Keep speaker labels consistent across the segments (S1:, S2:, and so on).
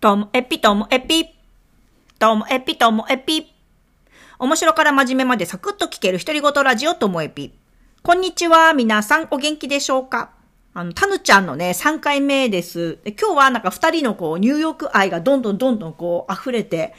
S1: ともえぴともえぴ。ともえぴともえぴ。面白から真面目までサクッと聞ける独り言ラジオともえぴ。こんにちは、皆さんお元気でしょうかあの、たぬちゃんのね、3回目です。で今日はなんか2人のこう、ニューヨーク愛がどんどんどんどんこう、溢れて、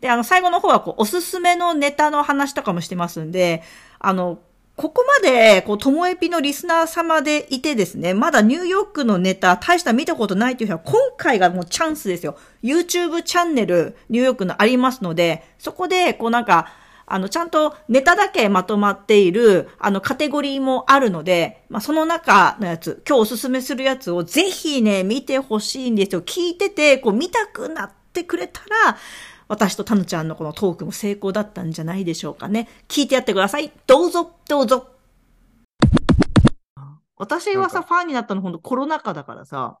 S1: で、あの、最後の方はこう、おすすめのネタの話とかもしてますんで、あの、ここまで、こう、ともえぴのリスナー様でいてですね、まだニューヨークのネタ、大した見たことないという人は、今回がもうチャンスですよ。YouTube チャンネル、ニューヨークのありますので、そこで、こうなんか、あの、ちゃんとネタだけまとまっている、あの、カテゴリーもあるので、まあ、その中のやつ、今日おすすめするやつをぜひね、見てほしいんですよ。聞いてて、こう、見たくなってくれたら、私とタヌちゃんのこのトークも成功だったんじゃないでしょうかね。聞いてやってください。どうぞ、どうぞ。私はさ、
S2: なん
S1: ファンになったのほんとコロナ禍だからさ、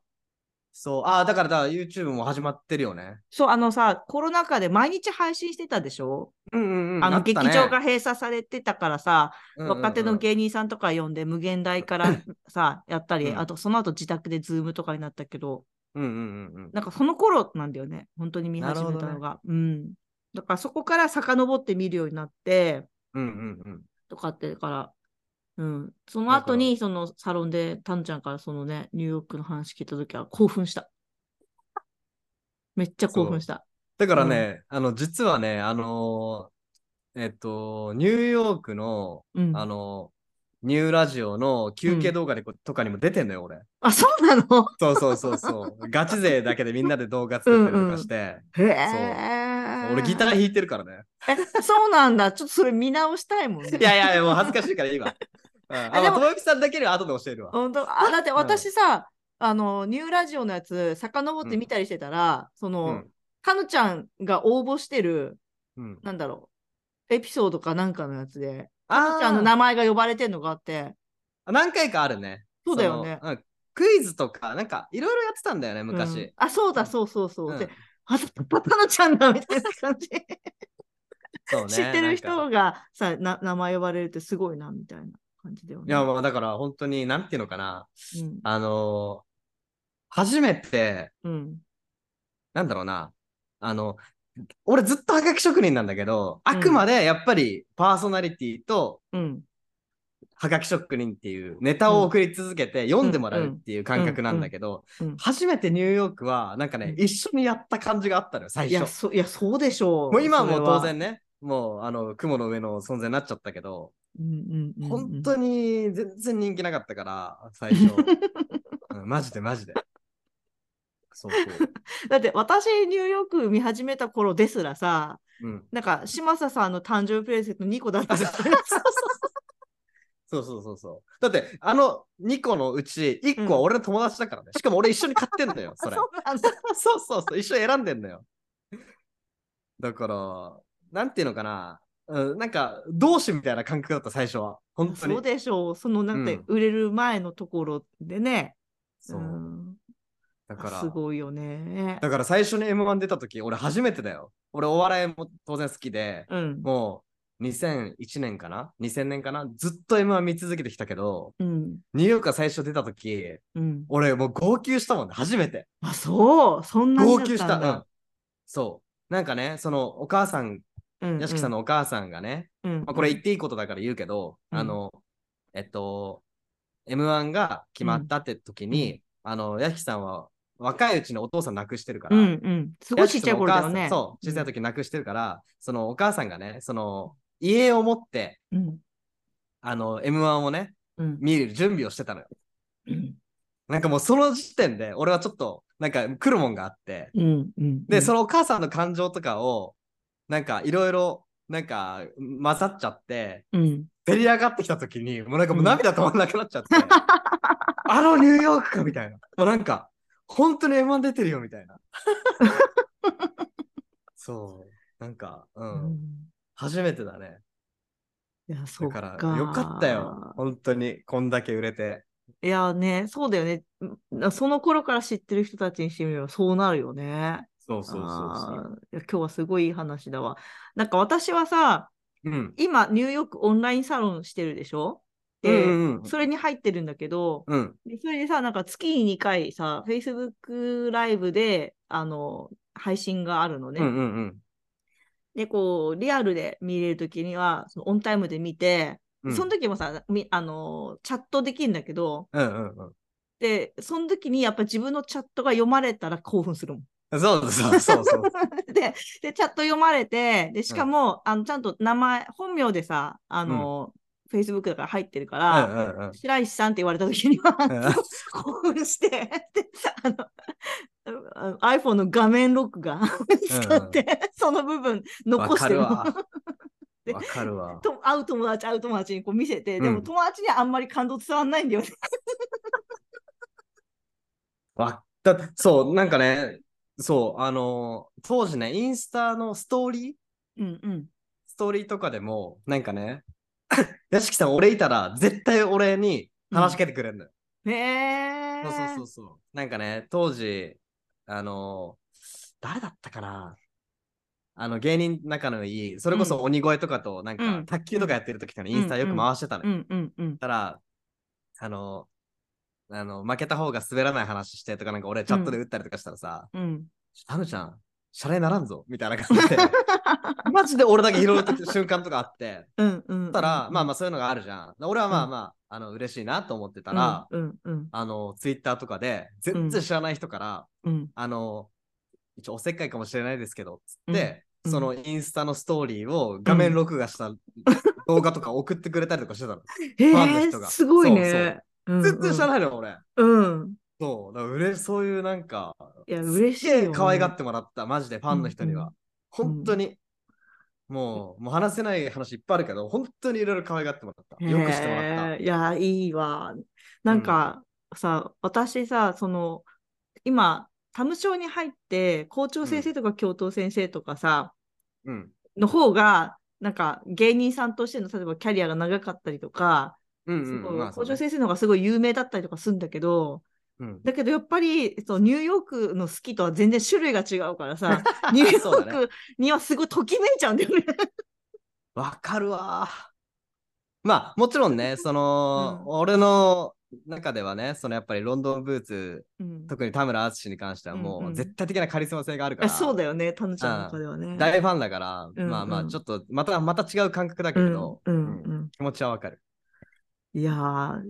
S2: そう。ああ、だから、だから YouTube も始まってるよね。
S1: そう、あのさ、コロナ禍で毎日配信してたでしょ
S2: うんうん
S1: あの、劇場が閉鎖されてたからさ、若手の
S2: 芸
S1: 芸人さんとか呼んで、無限大から さ、やったり、
S2: うん
S1: あとその後自宅でズームとかになったけど、
S2: うんうんうんうん。
S1: なんかその頃なんだよね、本当に見始めたのが。うん。だからそこから遡って見るようになって、
S2: うんうんうん。
S1: とかってから、うん。その後に、そのサロンで、タンちゃんからそのね、ニューヨークの話聞いた時は興奮した。めっちゃ興奮した。
S2: だからね、あの、実はね、あのーえっと、ニューヨークの、
S1: うん。
S2: あのニューラジオの休憩動画でこ、とかにも出てんのよ、俺。
S1: あ、そうなの
S2: そうそうそ うそう。ガチ勢だけでみんなで動画作ったりとかして。
S1: へえ。
S2: 俺ギター弾いてるからね。
S1: え、そうなんだ。ちょっとそれ見直したいもんね。
S2: いやいやいや、もう恥ずかしいか ら今。うん、あ、
S1: で
S2: で
S1: も
S2: も、ともゆきさんだけには後で教えるわ。
S1: 本当あだって私さ、あのニューラジオのやつ遡って見たりしてたら、そうの
S2: ん。
S1: かのちゃんが応募してる
S2: うん。
S1: なんだろうエピソードかなんかのやつで
S2: あ
S1: あの名前が呼ばれてんのがあって
S2: あ、何回かあるね。
S1: そうだよね
S2: その。うんクイズとか、なんか、いろいろやってたんだよね、昔。
S1: うんあそうだそうそうそう、
S2: うん
S1: であたたたのちゃんだみたいな感 じ、
S2: そう ね
S1: 知ってる
S2: なんか
S1: 人がさな名前呼ばれるってすごいなみたいな感じだよね
S2: いや、まあ、だから、本当に、なんていうのかな。
S1: うん
S2: あのー初めて、
S1: うん
S2: なんだろうな。あの、俺ずっとハガキ職人なんだけど、
S1: ん
S2: あくまでやっぱりパーソナリティと
S1: うん
S2: ハガキ職人っていうネタを送り続けて読んでもらうっていう感覚なんだけど、
S1: うん
S2: 初めてニューヨークはなんかね、
S1: うん
S2: 一緒にやった感じがあったのよ、最
S1: いや
S2: 初。
S1: そいやそうでしょう
S2: もう今はも
S1: そうれは
S2: 当然ね、もうあの、雲の上の存在になっちゃったけど、
S1: うんうんうんうん
S2: 本当に全然人気なかったから、最初。うんマジでマジで。そうそう。
S1: だって私ニューヨーク見始めた頃ですらさ
S2: うん、
S1: なんか嶋佐さんの誕生日プレゼント2個だった
S2: あ
S1: じ
S2: そ
S1: ゃ
S2: うんそうそうそうそう。だって、あの2個のうち1個は俺の友達だからね。しかも俺一緒に買って んだ よ、それ。
S1: そうなんだ
S2: そうそうそう、一緒に選んでんだよ。だから、なんていうのかな、うん、なんか、同志みたいな感覚だった、最初は。本当に。
S1: そうでしょうそのなんて
S2: うん
S1: 売れる前のところでね、
S2: そう
S1: うん
S2: だから、
S1: すごいよね
S2: だから最初に M1 出た時、俺初めてだよ。俺お笑いも当然好きで、
S1: うん
S2: もう2001年かな ?2000 年かなずっと M1 見続けてきたけど、
S1: うん
S2: ニューヨークが最初出た時、
S1: うん
S2: 俺もう号泣したもんね、初めて。
S1: あそうそんな
S2: 号
S1: にだっ
S2: 泣したた。
S1: ん
S2: う
S1: だ
S2: ん。そう。なんかね、そのお母さん、
S1: うん
S2: 屋敷さん
S1: の、
S2: のお母さんがね、
S1: うん
S2: まあ、これ言っていいことだから言うけど、
S1: うん
S2: あの、えっと、M1 が決まったって時に、あの、ヤヒさんは若いうちにお父さん亡くしてるから、
S1: うんうんすごいちっちゃい頃だよね
S2: ヤシキさんのお母さんそう、小さい時亡くしてるから、そのお母さんがね、その、家を持って、
S1: うん
S2: あの、M1 をね、
S1: うん
S2: 見る準備をしてたのよ。
S1: うん
S2: なんかもうその時点で、俺はちょっと、なんか来るもんがあって、
S1: うんうん
S2: で、そ
S1: の
S2: のお母さんの感情とかを、なんかいろいろ、なんか混ざっちゃって、
S1: うん
S2: 出り上がってきた時に、もうなんかも
S1: う
S2: う
S1: ん
S2: 涙止まんなくなっちゃって、 あのニューヨークかみたいな。もうなんか、本当に M1 出てるよみた いな。そう。なんか、う。
S1: うんん
S2: 初めてだね。
S1: いやそ
S2: だ
S1: う
S2: から、
S1: か
S2: よかったよ。本当に、こんだけ売れて。
S1: いやね、そうだよね。んその頃から知ってる人たちにしてみればそうなるよね。
S2: そうそうそうそ
S1: あ
S2: う。
S1: ーいや今日はすごいいい話だわ。なんか私はさ、
S2: うん。
S1: 今ニューヨークオンラインサロンしてるでしょで、
S2: うんうんうん
S1: それに入ってるんだけど、
S2: うん。
S1: でそれでさ、なんか月に2回さ、Facebook ライブで、あの、配信があるのね。
S2: うんうんうん
S1: で、こう、リアルで見れるときには、そのオンタイムで見て、
S2: うん。
S1: その時もさ、みあのー、チャットできるんだけど、
S2: うんうん
S1: で、その時にやっぱ自分のチャットが読まれたら興奮するもん。
S2: うん。そうそうそう そう。
S1: で、で、チャット読まれて、で、しかも、あの、ちゃんと名前、本名でさ、あの、Facebook だから入ってるか
S2: う
S1: ら、
S2: んうんうん。
S1: 白石さんって言われた時には、
S2: ん
S1: 興奮して、で、あの、あ iPhone の画面ロックが使って、その部分残
S2: わ
S1: し
S2: か
S1: て
S2: る
S1: るの
S2: わ。
S1: で
S2: わかるわ。
S1: と会う友達、会う友達にこう見せて、で
S2: う
S1: も
S2: ん
S1: 友達にはあんまり感動伝わんないんだよね。
S2: わだそう、なんかね、そう、あのー当時ね、インスタのストーリー
S1: うんうん。
S2: ストーリーとかでも、なんかね、 屋敷さん、俺いたら、絶対俺に話しかけてくれるのよ。
S1: へー。
S2: そうそうそうそう。なんかね、当時、あのー誰だったかなあの、芸人仲のいい、それこそ鬼越とかと、なんか、
S1: うん
S2: 卓球とかやってる時とかにインスタよく回してたのよ。
S1: うんうんうん。
S2: たら、あのーあの、負けた方が滑らない話してとか、なんか俺チャットで打ったりとかしたらさ、
S1: うん。
S2: ハヌちゃん、シャレならんぞみたいな感じ で、マジで俺だけ拾う時瞬間とかあって、
S1: うんうん。
S2: そしたら、まあまあそういうのがあるじゃん。俺はまあまあ、あの、嬉しいなと思ってたら、
S1: うんうん
S2: あの、ツイッターとかで、全然知らない人から、
S1: うん。
S2: あの、一応おせっかいかもしれないですけど、つって、
S1: うん
S2: そのインスタのストーリーを画面録画 した動画とか送ってくれたりとかしてたの。
S1: へ
S2: ファンの
S1: え
S2: 人、が
S1: すごいね。
S2: 全然知ら
S1: ない。
S2: ないのよ、俺。
S1: うん。
S2: そう、だからうれそういうなんか、
S1: いや、嬉しいよね。
S2: 可愛がってもらった、マジでファンの人に
S1: う
S2: は。
S1: んうん
S2: 本当に、もう、もう話せない話いっぱいあるけど、本当にいろいろ可愛がってもらった。
S1: へえ
S2: よくしてもらっ
S1: いや、いいわ。なんかさ、私さ、その、今、タム賞に入って、校長先生とか教頭先生とかさ、
S2: た。うん。
S1: の方が、なんか芸人さんとしての例えばキャリアが長かったりとか、
S2: うん
S1: す
S2: うん
S1: ごい
S2: まあそう
S1: 校
S2: ね
S1: 長先生の方がすごい有名だったりとかするんだけど、
S2: うん。
S1: だけどやっぱりそうニューヨークの好きとは全然種類が違うからさニューヨ
S2: そう
S1: ー
S2: だね
S1: クにはすごいときめいちゃうんだよ ね。
S2: わかるわ。まあ、もちろ んね、その、俺の中ではね、そのやっぱりロンドンブーツ、
S1: うん
S2: 特に田村淳に関しては
S1: うん
S2: も
S1: う
S2: うん絶対的なカリスマ性があるか
S1: あ
S2: ら、
S1: そうだよねタヌちゃんの中ではね。
S2: 大ファンだから、
S1: うん
S2: まあま
S1: う
S2: あ
S1: ん
S2: ちょっとまたまた違う感覚だけれど、
S1: うんうん
S2: うん
S1: うん
S2: 気持ちはわかる。
S1: いやー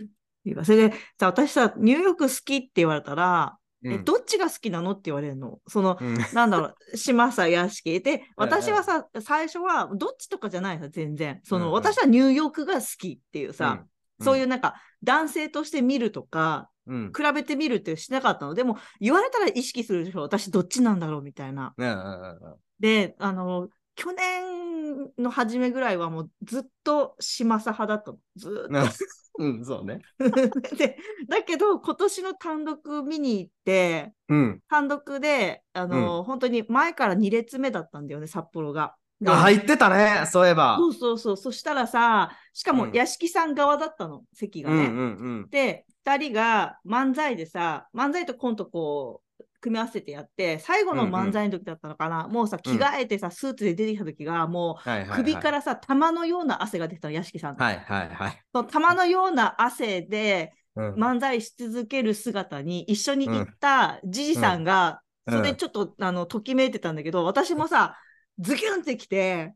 S1: いいわそれでさ私さニューヨーク好きって言われたら、え
S2: うん
S1: どっちが好きなのって言われるのその
S2: うん
S1: なんだろう、島さ、屋敷。で、私はさ、最初は、どっちとかじゃないさ、全然。その、
S2: うんうん
S1: 私はニューヨークが好きっていうさ、そういう、なんか、男性として見るとか、
S2: うんうん
S1: 比べてみるってしなかったの。でも、言われたら意識するでしょ、私どっちなんだろうみたいな。
S2: うんうんうんうん
S1: で、あの、去年の初めぐらいはもうずっと島さ派だったの。ずーっと
S2: うん、うんそうね。
S1: で、だけど、今年の単独見に行って、
S2: うん。
S1: 単独で、あの、本当に前から2列目だったんだよね、札幌が。で
S2: あ、入ってたね、そういえば。
S1: そうそうそう。そしたらさ、しかも
S2: うん
S1: 屋敷さん側だったの、席が
S2: うんう
S1: ね。
S2: んうん。
S1: で、2人が漫才でさ、漫才とコントこう、組み合わせてやって、最後の漫才の時だったのかな、もうさ、着替えてさ、スーツで出てきた時が、も
S2: はいはい、
S1: う、
S2: はい。
S1: 首からさ、玉のような汗が出てたの、屋敷さんの。
S2: はいはいはい。
S1: その玉のような汗で、
S2: うん
S1: 漫才し続ける姿に一緒に行ったじじさんが、
S2: うん
S1: それでちょっと、あのときめいてたんだけど私もさズキュンってきて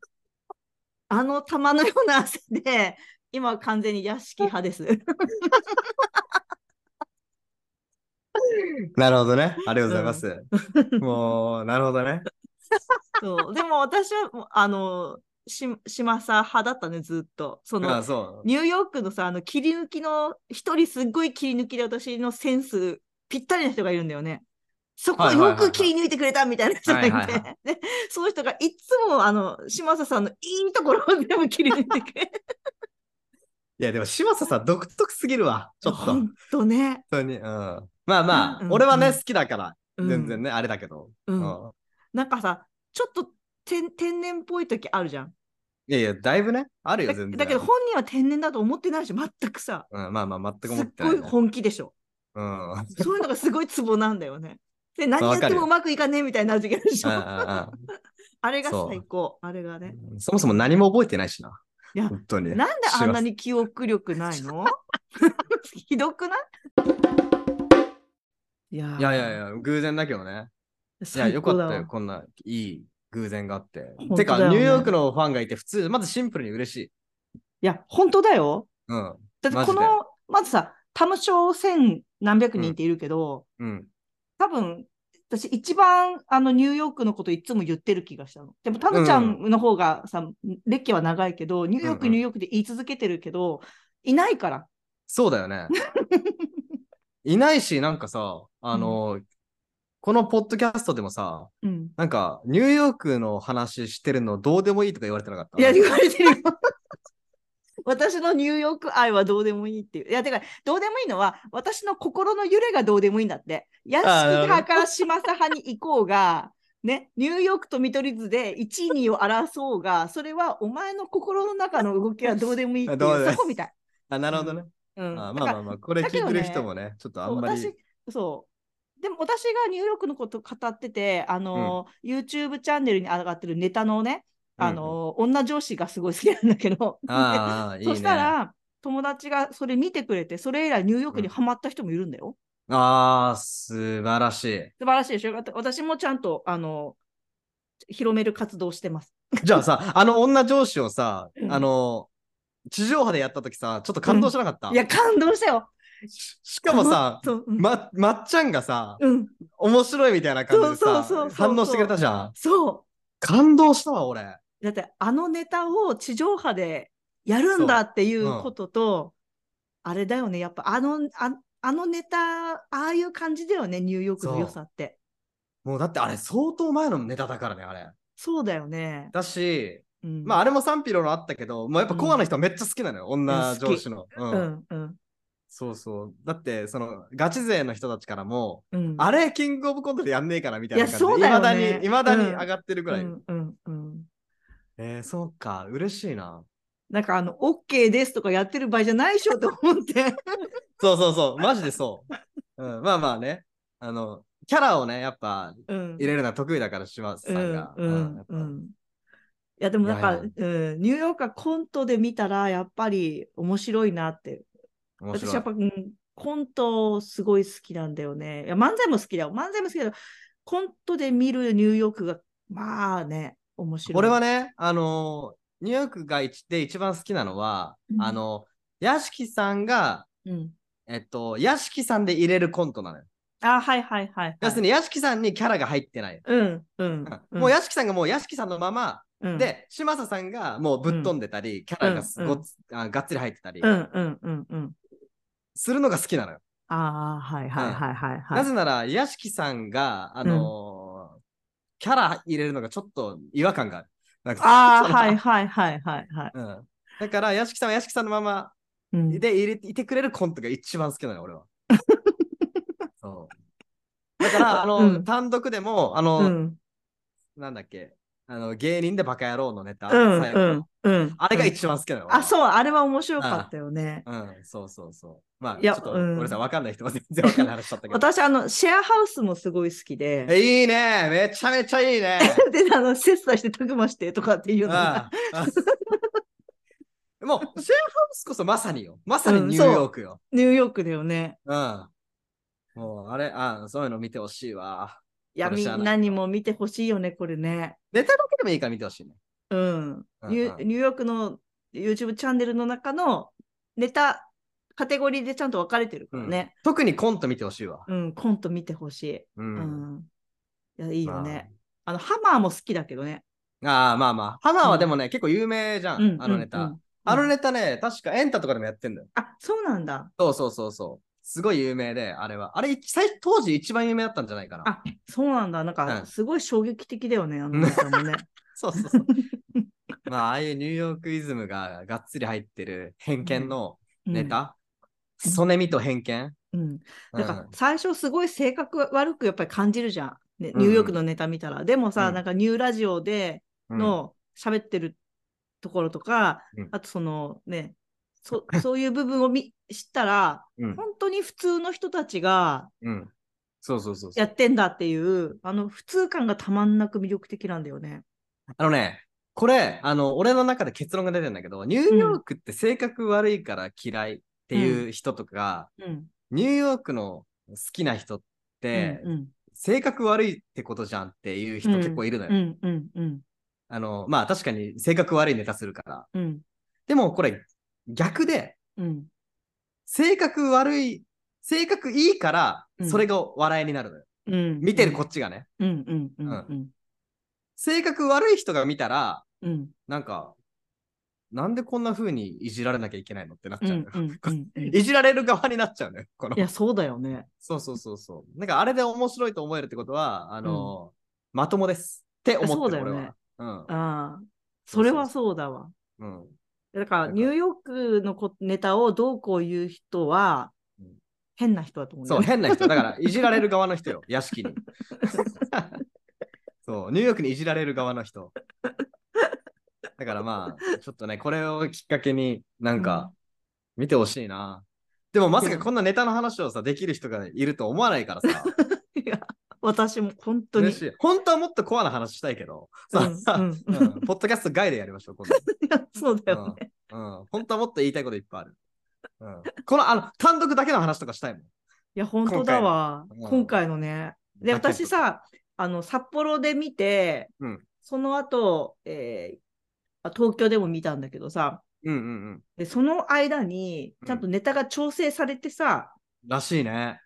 S1: あの玉のような汗で今は完全に屋敷派です
S2: なるほどね。ありがとうございます。 もう、なるほどね。
S1: そうでも私はもうあのし島さ派だったねずっとそ
S2: あ
S1: の
S2: そう。
S1: ニューヨークのさあの切り抜きの一人すっごい切り抜きで私のセンスぴったりな人がいるんだよね。そこを
S2: はいはいはい
S1: よ
S2: はい
S1: く切り抜いてくれたみたいな人がいて、
S2: はいはいは
S1: でその人がいつもあの嶋佐さんのいいところを全部切り抜いてくれて
S2: いや、でも、柴田さん、独特すぎるわ。ちょっと。
S1: ほ
S2: 本
S1: んとね、
S2: 当に。うん。まあまあ
S1: う、ん
S2: 俺は
S1: う
S2: ね、
S1: ん
S2: 好きだから、
S1: うん
S2: 全然ね、あれだけど。
S1: う
S2: うんん。
S1: なんかさちょっと天天然っぽい時あるじゃん
S2: いやいや、だいぶね、あるよ、
S1: だ
S2: 全然。
S1: だけど、本人は天然だと思ってないし全くさ
S2: うん、まあまあ、全く
S1: す
S2: 思
S1: っ
S2: ってな
S1: ごい
S2: いね。
S1: 本気でしょ
S2: うん。うん
S1: そういうのがすごいツボなんだよねで何やっ
S2: わか
S1: て
S2: る
S1: も
S2: よ
S1: うまくいかねえみたいになる時あるでしょ
S2: うん
S1: あれが
S2: そう
S1: 最高。あれがね。
S2: うんそもそも何も覚えてないしな。
S1: いや
S2: 本当に。
S1: なんであんな
S2: に
S1: に記憶力ない のひどくないいや
S2: いやいやいや、偶然だけどね。いや、
S1: 最
S2: よ
S1: 高
S2: か
S1: だ
S2: った
S1: わ
S2: よ。こんないい偶然があって。
S1: 当
S2: てか、
S1: だよね
S2: ニューヨークのファンがいて、普通、まずシンプルに嬉しい。
S1: いや、本当だよ。
S2: うん。
S1: だって
S2: マ
S1: こ
S2: ジで
S1: の、まずさ、タム賞千何百人っているけど、
S2: うん。
S1: 多分、私一番あのニューヨークのこといつも言ってる気がしたの。でもタムちゃんの方がさ、歴は長いけど、ニューヨー
S2: うん
S1: ク
S2: うん
S1: ニューヨークで言い続けてるけど、いないから。
S2: そうだ よね。いないし、なんかさ、あの、このポッドキャストでもさ、
S1: うん。
S2: なんか、ニューヨークの話してるのどうでもいいとか言われてなかった。
S1: いや、言われてるよ。 私のニューヨーク愛はどうでもいいっていう。いや、てか、どうでもいいのは、私の心の揺れがどうでもいいんだって。屋敷派から嶋佐派に行こうが、ね、ニューヨークと見取り図で1位、2位を争おうが、それはお前の心の中の動きはどうでもいいってい
S2: どうで
S1: う、
S2: も
S1: そ
S2: いい
S1: こみたい。
S2: あなるほどね。
S1: うん。
S2: あ
S1: だ
S2: ま
S1: から
S2: あまあまあ、これ聞いてる人もね、ちょっとあんまり。
S1: そう私そうでも私がニューヨークのこと語っててあの、YouTube チャンネルに上がってるネタのねあの、女上司がすごい好きなんだけど
S2: うんああ、いいね。
S1: そしたら友達がそれ見てくれてそれ以来ニューヨークにハマった人もいるんだよ、
S2: ああ、素晴らしい。
S1: 素晴らしいでしょ私もちゃんとあの広める活動をしてます
S2: じゃあさ、あの女上司をさ
S1: う、ん
S2: あの、地上波でやった時さ、ちょっと感動しなかった。
S1: いや感動したよ
S2: ししかもさ、
S1: そう、うん
S2: ま、まっちゃんがさ、
S1: うん
S2: 面白いみたいな感じでさ
S1: そうそうそうそう、
S2: 反応してくれたじゃん。
S1: そ
S2: 感動したわ、俺。
S1: うだってあのネタを地上波でやるんだってい
S2: そうう
S1: うんことと、あれだよねやっぱあのああのネタああいう感じだよねニューヨークの良さって
S2: もうだってあれ相当前のネタだからね、あれ。
S1: そうだよね、
S2: だし、
S1: うん、
S2: まああれも賛否両論あったけど、もうやっぱコアな人はめっちゃ好きなのよ、女上司の。う
S1: あ
S2: ん
S1: うんうん
S2: そうそう。だって、その、ガチ勢の人たちからも、
S1: うん
S2: あれ、キングオブコントでやんねえからみたいな感
S1: い
S2: じ
S1: やそうだ
S2: で、い
S1: よね
S2: まだに、いまだに
S1: うん
S2: 上がってるぐ
S1: う
S2: らい。
S1: んうんうん
S2: えー、そうか、嬉しいな。
S1: なんかあの、OK ですとかやってる場合じゃないでしょと思 って。
S2: そうそうそう、マジでそう。うん、まあまあね、あの、キャラをね、やっぱ
S1: うん
S2: 入れるのは得意だから、島津さんが。
S1: うんうんう
S2: う
S1: ん
S2: やっ
S1: んいやでもなんか
S2: いやい
S1: うん、ニューヨークはコントで見たらやっぱり面白いなって。
S2: ぱ面白
S1: 私やっ
S2: い
S1: ぱ、。うん、コントすごい好きなんだよね。いや漫才も好きだよ。漫才も好きだけど、コントで見るニューヨークがまあね、面白い。
S2: 俺は
S1: ね、
S2: ね、あのーニューヨークが一で一番好きなのは、
S1: うん
S2: あの、屋敷さんが、
S1: うん、
S2: えっと、屋敷さんで入れるコントなのよ。
S1: あはいはいはい、はい。
S2: 要するに屋敷さんにキャラが入ってない。
S1: うんうん
S2: うんもう屋敷さんがもう屋敷さんのまま、
S1: うん、
S2: で、嶋佐さんがもうぶっ飛んでたり、キャラがすごっつ、あがっつり入ってたり、
S1: うんうんうんうん。
S2: するのが好きなのよ。
S1: ああ、はいはいはいはいはい。
S2: なぜなら、屋敷さんが、あのーキャラ入れるのがちょっと違和感がある。なんか
S1: ああ、
S2: その
S1: はいはいはいはいはい。
S2: うん、だから、屋敷さんは屋敷さんのまま
S1: うん
S2: で入れていてくれるコントが一番好きなのよ、俺は。そうだから、あの、
S1: うん
S2: 単独でも、あの、
S1: うん
S2: なんだっけ、あの芸人でバカ野郎のネタ、
S1: うん
S2: 最後
S1: う
S2: の
S1: んうん。
S2: あれが一番好きなの。
S1: あ、そう、あれは面白かったよね。
S2: う。うん、そうそうそう。まあ、
S1: いや
S2: ちょっと、
S1: うん
S2: 俺さ、わかんない人は全然わかんない話しちゃったけ ど。
S1: 私、あの、シェアハウスもすごい好きで、
S2: えいいねめちゃめちゃい いね
S1: で、あの、切磋してたくましてとかっていうのが、
S2: うんうんもう、シェアハウスこそまさによ。まさにニューヨークよ。
S1: ニューヨークだよね。
S2: うん。もう、あれ、あそういうの見てほしいわ。
S1: いや、み
S2: 私はない
S1: んなにも見てほしいよね、これね。
S2: ネタだけでもいいから見てほしいね。
S1: うん。ニュ
S2: うん
S1: ー
S2: うん
S1: ニューヨークの YouTube チャンネルの中のネタ、カテゴリーでちゃんと分かれてるからね。
S2: 特にコント見てほしいわ。
S1: うん、コント見てほしい。
S2: う。
S1: うんん。いや、いいよね。
S2: ま
S1: あの、ハマーも好きだけどね。
S2: ああーまあまあ。花はでもね、結構有名じゃ
S1: うん
S2: ん。あのネタ。
S1: うんうん
S2: あのネタね、確かエンタとかでもやってんだよ。
S1: あ、そうなんだ。
S2: そうそうそうそう。すごい有名で、あれは。あれ、一最当時一番有名だったんじゃないかな。
S1: あ、そうなんだ。なん
S2: う
S1: か、
S2: ん
S1: すごい衝撃的だよね、あの
S2: うん
S1: ネタ もね。
S2: そうそうそう。まあ、ああいうニューヨークイズムががっつり入ってる偏見のネタ、
S1: うん
S2: ソネミと偏見、
S1: うん。うん。
S2: うん
S1: なんか、最初すごい性格悪くやっぱり感じるじゃん。ね、
S2: うん
S1: ニューヨークのネタ見たら。でもさ、
S2: うん
S1: なんかニューラジオでの喋ってるところとか、
S2: うん
S1: あとそのね、そ そういう部分を見知ったら、
S2: うん
S1: 本当に普通の人たちが
S2: うんうんそうそうそうそ
S1: や
S2: う
S1: ってんだっていう、あの普通感がたまんなく魅力的なんだよね。
S2: あのね、これ、あの、俺の中で結論が出てるんだけど、ニューヨークって性格悪いから嫌いっていう人とか、
S1: うん。
S2: ニューヨークの好きな人って、
S1: うんうん
S2: 性格悪いってことじゃんっていう人結構いるのよ。
S1: うんうんうん
S2: あの、まあ確かに性格悪いネタするから。
S1: うん
S2: でもこれ逆で、
S1: うん。
S2: 性格悪い、性格いいから
S1: う、ん
S2: それが笑いになるのよ。
S1: うん
S2: 見てるこっちがね。
S1: うんうんうんうん
S2: 性格悪い人が見たら、
S1: うん
S2: なんか、なんでこんな風にいじられなきゃいけないのってなっ
S1: う
S2: ちゃうの
S1: ん
S2: よ。
S1: うんうんうん。い
S2: いじられる側になっちゃうね。この
S1: や、そうだよね。
S2: そうそうそうそう。なんかあれで面白いと思えるってことは、あの、まともですって思ってる、
S1: そうだよね
S2: 俺は。
S1: ああ、それはそうだわ。
S2: うん。うん。
S1: だから、
S2: だから
S1: ニューヨークのこネタをどうこう言う人は
S2: うん、
S1: 変な人だと思うんだ
S2: そ
S1: よ
S2: う、
S1: ね。
S2: 変な人。だから、いじられる側の人よ、 屋敷に。そう、ニューヨークにいじられる側の人。だからまあ、ちょっとね、これをきっかけになんか見てほしいな。でもまさかこんなネタの話をさ、できる人がいると思わないか らさ、
S1: いや、私も本当に
S2: 嬉し。い。本当はもっとコアな話したいけど、さ、
S1: うん
S2: さ
S1: うん
S2: うんポッドキャスト外でやりましょう、今度。
S1: いや そうだよね。
S2: うん、本当はもっと言いたいこといっぱいある。うん、このあの単独だけの話とかしたいもん。
S1: いや、本当だわ
S2: 今回。の
S1: 今回のね。で、
S2: だけど
S1: 私、さ、あの、札幌で見て
S2: うん、
S1: その後、えーあ東京でも見たんだけどさ、
S2: うんうんうん。
S1: で、その間に、ちゃんとネタが調整されてさ、
S2: らしいね。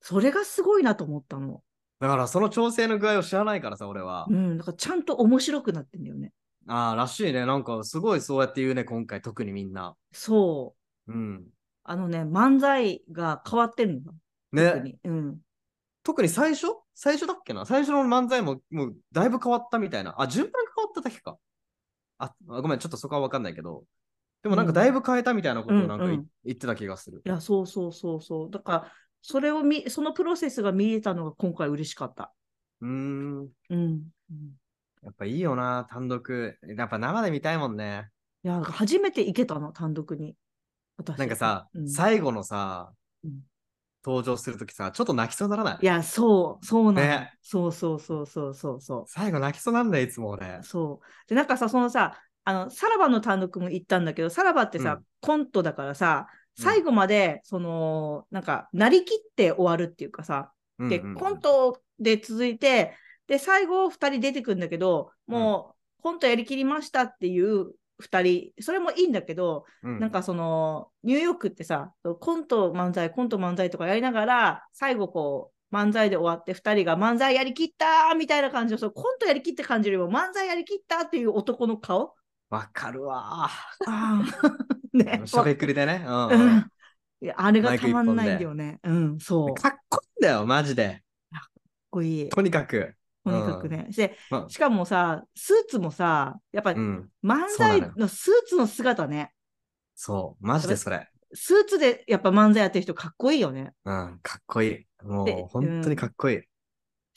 S1: それがすごいなと思ったの。
S2: だからその調整の具合を知らないからさ、俺は。
S1: うん、だからちゃんと面白くなってんだよね。
S2: ああ、らしいね。なんかすごいそうやって言うね、今回、特にみんな。
S1: そう。
S2: うん。
S1: あのね、漫才が変わってるの。特
S2: ね、
S1: に。うん。
S2: 特に最初最初だっけな最初の漫才ももうだいぶ変わったみたいな。あ、順番が変わっただけか。あ、あごめん、ちょっとそこはわかんないけど。でもなんかだいぶ変えたみたいなことをなんかい、
S1: うんうん
S2: 言ってた気がする
S1: い。や、そうそうそうそう。だから、それを見、そのプロセスが見えたのが今回嬉しかった。
S2: うー
S1: う
S2: ん。
S1: ん。うん
S2: やっぱいいよな、単独。やっぱ生で見たいもんね。
S1: いや、初めて行けたの、単独に。私
S2: なんかさ、
S1: うん
S2: 最後のさ、
S1: うん
S2: 登場するときさ、ちょっと泣きそうにならない
S1: いや、そう、そうなの。
S2: ね
S1: そうそうそうそうそうそ
S2: 最後泣きそうなんだよ、いつも俺
S1: う。。そう。で、なんかさ、そのさ、あの、さらばの単独も行ったんだけど、さらばってさ、
S2: うん
S1: コントだからさ、最後まで、その、なんか、なりきって終わるっていうかさ、
S2: うん
S1: で、
S2: うんうん
S1: コントで続いて、で、最後2人出てくるんだけど、もう、コントやりきりましたっていう2人、それもいいんだけど、
S2: うん
S1: なんかその、ニューヨークってさ、コント漫才、コント漫才とかやりながら、最後こう、漫才で終わって2人が漫才やりきったーみたいな感じの、そのコントやりきって感じよりも漫才やりきったっていう男の顔
S2: わかるわ。
S1: ああ。 ね。
S2: しゃべくりでね。うん
S1: う
S2: うん
S1: んいやあれがたまんないんだよね。うん、そう。かっ
S2: かっこいいんだよ、マジで。
S1: こいい。
S2: とにかく。
S1: とにかくね。で、
S2: ま
S1: しかもさ、スーツもさ、やっぱ
S2: あ、うん。
S1: 漫
S2: そう
S1: 才
S2: なの
S1: のスーツの姿ね。
S2: そう、マジでそれ。
S1: スーツでやっぱ漫才やってる人かっこいいよね。
S2: うん、かっこいい。
S1: で
S2: もう、本当にかっこいい。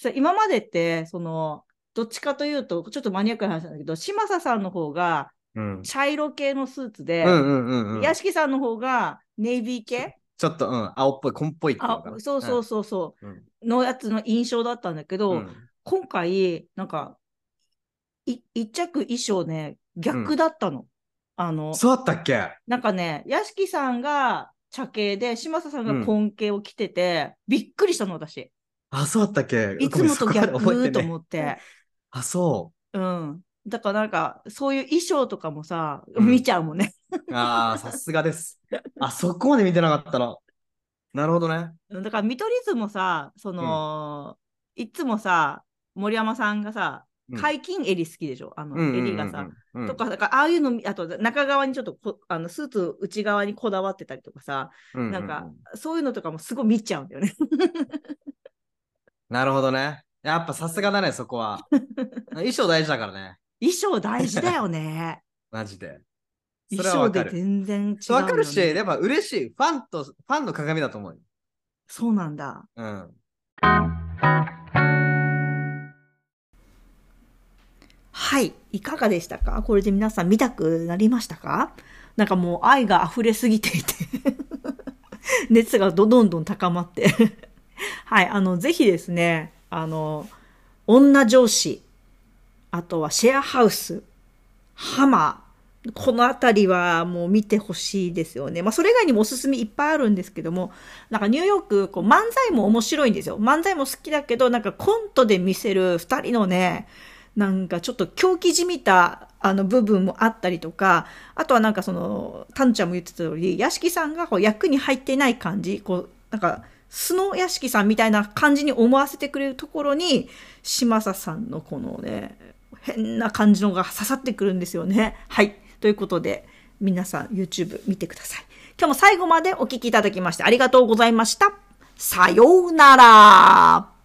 S1: さ今までって、その、どっちかというと、ちょっとマニアックな話なんだけど、嶋佐さんの方が
S2: うん。
S1: 茶色系のスーツで、
S2: うんうんうんうん。
S1: 屋敷さんの方がネイビー系、
S2: ちょっと、うん、青っぽい、紺っぽいっていうの
S1: あ
S2: かな
S1: そうそうそうそうう、
S2: ん
S1: のやつの印象だったんだけど、
S2: うん。うん
S1: 今回、なんか、い一着衣装ね、逆だったの。あの、
S2: そうだったっけ
S1: なんかね、屋敷さんが茶系で、嶋佐さんが紺系を着てて、びっくりしたの、私。
S2: あ、そうだったっけ
S1: いつもと逆
S2: ごめんそこまで覚え
S1: と
S2: てね
S1: 思って。
S2: あ、そ
S1: うん。だからなんか、そういう衣装とかもさ、
S2: うん
S1: 見ちゃうもんね。
S2: う。ああ、さすがです。あ、そこまで見てなかったの。なるほどね。
S1: うんだから見取り図もさ、その、いつもさ、森山さんがさ
S2: う、ん
S1: 解禁襟好きでしょ、あの、襟がさ。
S2: うんうんうんうん、
S1: とか、だからああいうの、あと中側にちょっとこあのスーツ内側にこだわってたりとかさ、
S2: ううう
S1: なんか、そういうのとかもすごい見ちゃうんだよね。
S2: なるほどね。やっぱさすがだね、そ こは。衣装大事だからね。
S1: 衣装大事だよね。
S2: マジで。 それ
S1: 衣
S2: は
S1: 装
S2: わ
S1: で
S2: かる。
S1: 全然違う、
S2: わかるし、やっ。ぱ嬉しい。ファンと、ファンの鏡だと思うよ。
S1: そうなんだ。
S2: うん。
S1: はい。いかがでしたかこれで皆さん見たくなりましたかなんかもう愛が溢れすぎてい て。熱がどどんどん高まって。 はい。あの、ぜひですね、あの、女上司、あとはシェアハウス、ハマー、このあたりはもう見てほしいですよね。まあそれ以外にもおすすめいっぱいあるんですけども、なんかニューヨーク、こう漫才も面白いんですよ。漫才も好きだけど、なんかコントで見せる二人のね、なんかちょっと狂気じみたあの部分もあったりとか、あとはなんかその、タンちゃんも言ってた通り、屋敷さんがこう役に入ってない感じ、こう、なんか、素の屋敷さんみたいな感じに思わせてくれるところに、嶋佐さんのこのね、変な感じのが刺さってくるんですよね。はい。ということで、皆さん YouTube 見てください。今日も最後までお聞きいただきましてありがとうございました。さようなら。